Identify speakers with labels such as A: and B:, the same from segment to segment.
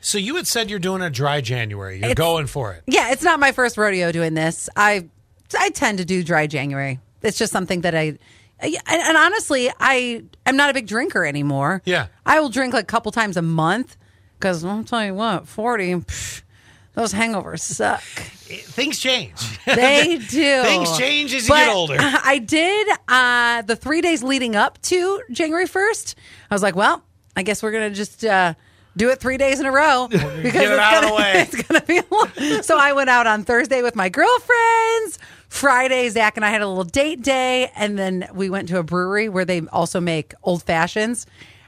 A: So you had said you're doing a dry January. You're going for it.
B: Yeah, it's not my first rodeo doing this. I I tend to do dry January. It's just something that I I- and, and honestly, I am not a big drinker anymore.
A: Yeah.
B: I will drink like a couple times a month because I'll tell you what, forty, pff, those hangovers suck.
A: It- Things change.
B: They do.
A: Things change as you get
B: But
A: older.
B: I did uh, the three days leading up to January 1st. I was like, well, I guess we're going to just uh, do it three days in a row because it's
A: it out of
B: gonna,
A: the way.
B: it's gonna be a lot. So I went out on Thursday with my girlfriends. Friday, Zach and I had a little date day, and then we went to a brewery where they also make old fashions.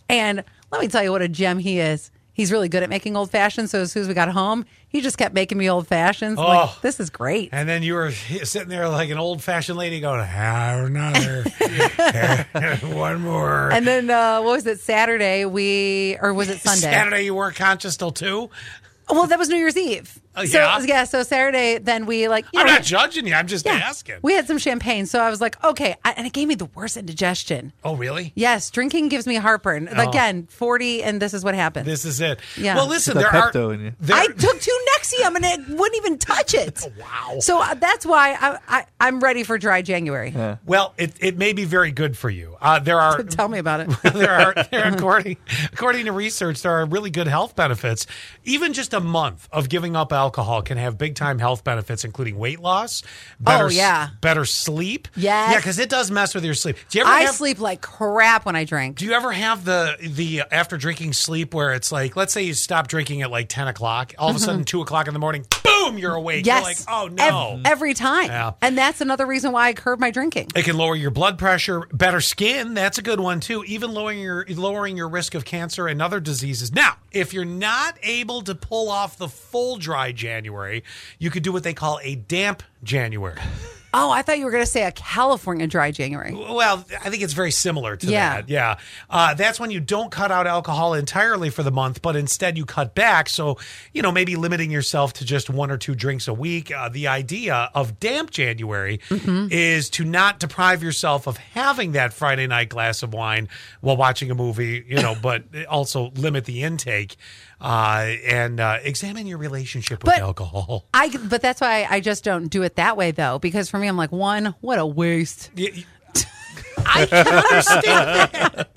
B: And let me tell you what a gem he is. He's really good at making old fashions. So as soon as we got home, he just kept making me old fashions. I'm
A: Oh.
B: Like, this is great.
A: And then you were sitting there like an old fashioned lady going, "Ah, another, one more.
B: And then uh, what was it? Saturday we or was it Sunday?
A: Saturday, you weren't conscious till two.
B: Well, that was New Year's Eve.
A: Oh,
B: so
A: yeah?
B: yeah, so Saturday then we like you
A: I'm
B: know,
A: not
B: we-
A: judging you. I'm just
B: yeah,
A: asking.
B: We had some champagne, so I was like, okay, I, and it gave me the worst indigestion.
A: oh, really?
B: Yes, drinking gives me heartburn.
A: Oh.
B: Again, forty, and this is what happens.
A: This is it.
B: Yeah.
A: Well, listen,
C: Get
A: there
C: that
A: are.
C: Pepto in you.
A: there-
B: I took two Nexium and it wouldn't even touch it.
A: Wow.
B: So uh, that's why I, I I'm ready for dry January.
A: well, it, it may be very good for you. Uh, there are
B: Tell me about it.
A: there are there, according according to research, there are really good health benefits. Even just a month of giving up alcohol can have big time health benefits, including weight loss, better
B: Oh, yeah.
A: better sleep.
B: Yes.
A: yeah, because it does mess with your sleep. Do you ever
B: I
A: have,
B: sleep like crap when I drink.
A: Do you ever have the the after drinking sleep where it's like, let's say you stop drinking at like ten o'clock, all of a sudden two o'clock in the morning, boom, you're awake.
B: Mm-hmm. Yes.
A: You're like, oh
B: Ev-
A: no.
B: every time.
A: Yeah.
B: And that's another reason why I curb my drinking.
A: It can lower your blood pressure, better skin. That's a good one too. Even lowering your lowering your risk of cancer and other diseases. Now, if you're not able to pull off the full dry January, you could do what they call a damp January.
B: Oh, I thought you were going to say a California dry January.
A: Well, I think it's very similar to
B: Yeah.
A: that. Yeah, uh, that's when you don't cut out alcohol entirely for the month, but instead you cut back. So you know maybe limiting yourself to just one or two drinks a week. Uh, the idea of damp January
B: Mm-hmm.
A: is to not deprive yourself of having that Friday night glass of wine while watching a movie. You know, but also limit the intake uh, and uh, examine your relationship with
B: But-
A: alcohol.
B: I but that's why I just don't do it that way though because for me I'm like one what a waste.
A: I can understand that.